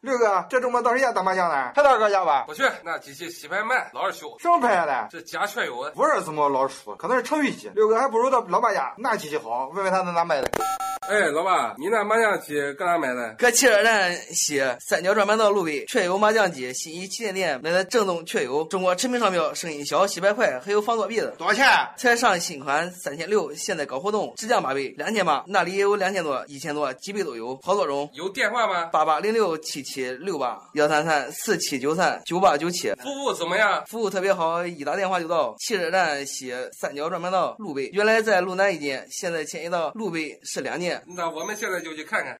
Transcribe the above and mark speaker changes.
Speaker 1: 六哥，这周末到谁家打麻将来？还到哥家吧？
Speaker 2: 不去，那机器棋牌慢，老二修。
Speaker 1: 什么牌的？
Speaker 2: 这家雀友啊，
Speaker 1: 不是什么老鼠，可能是程序机。六哥还不如到老爸家那机器好，问问他在哪买的。
Speaker 2: 哎，老爸，你那麻将机搁哪买的？
Speaker 3: 搁汽车站西三角转盘道路北雀友麻将机西一旗舰店买的正宗雀友，中国驰名商标，生意小，洗白快，还有防作弊的。
Speaker 1: 多少钱？
Speaker 3: 才上新款三千六，现在搞活动，直降八倍，两千八，那里也有两千多、一千多，几倍都有，好多种。
Speaker 2: 有电话吗？
Speaker 3: 八八零六七七六八幺三三四七九三九八九七，
Speaker 2: 服务怎么样？
Speaker 3: 服务特别好，一打电话就到。汽车站西三角转盘道路北，原来在路南一间，现在迁移到路北市两间。
Speaker 2: 那我们现在就去看看。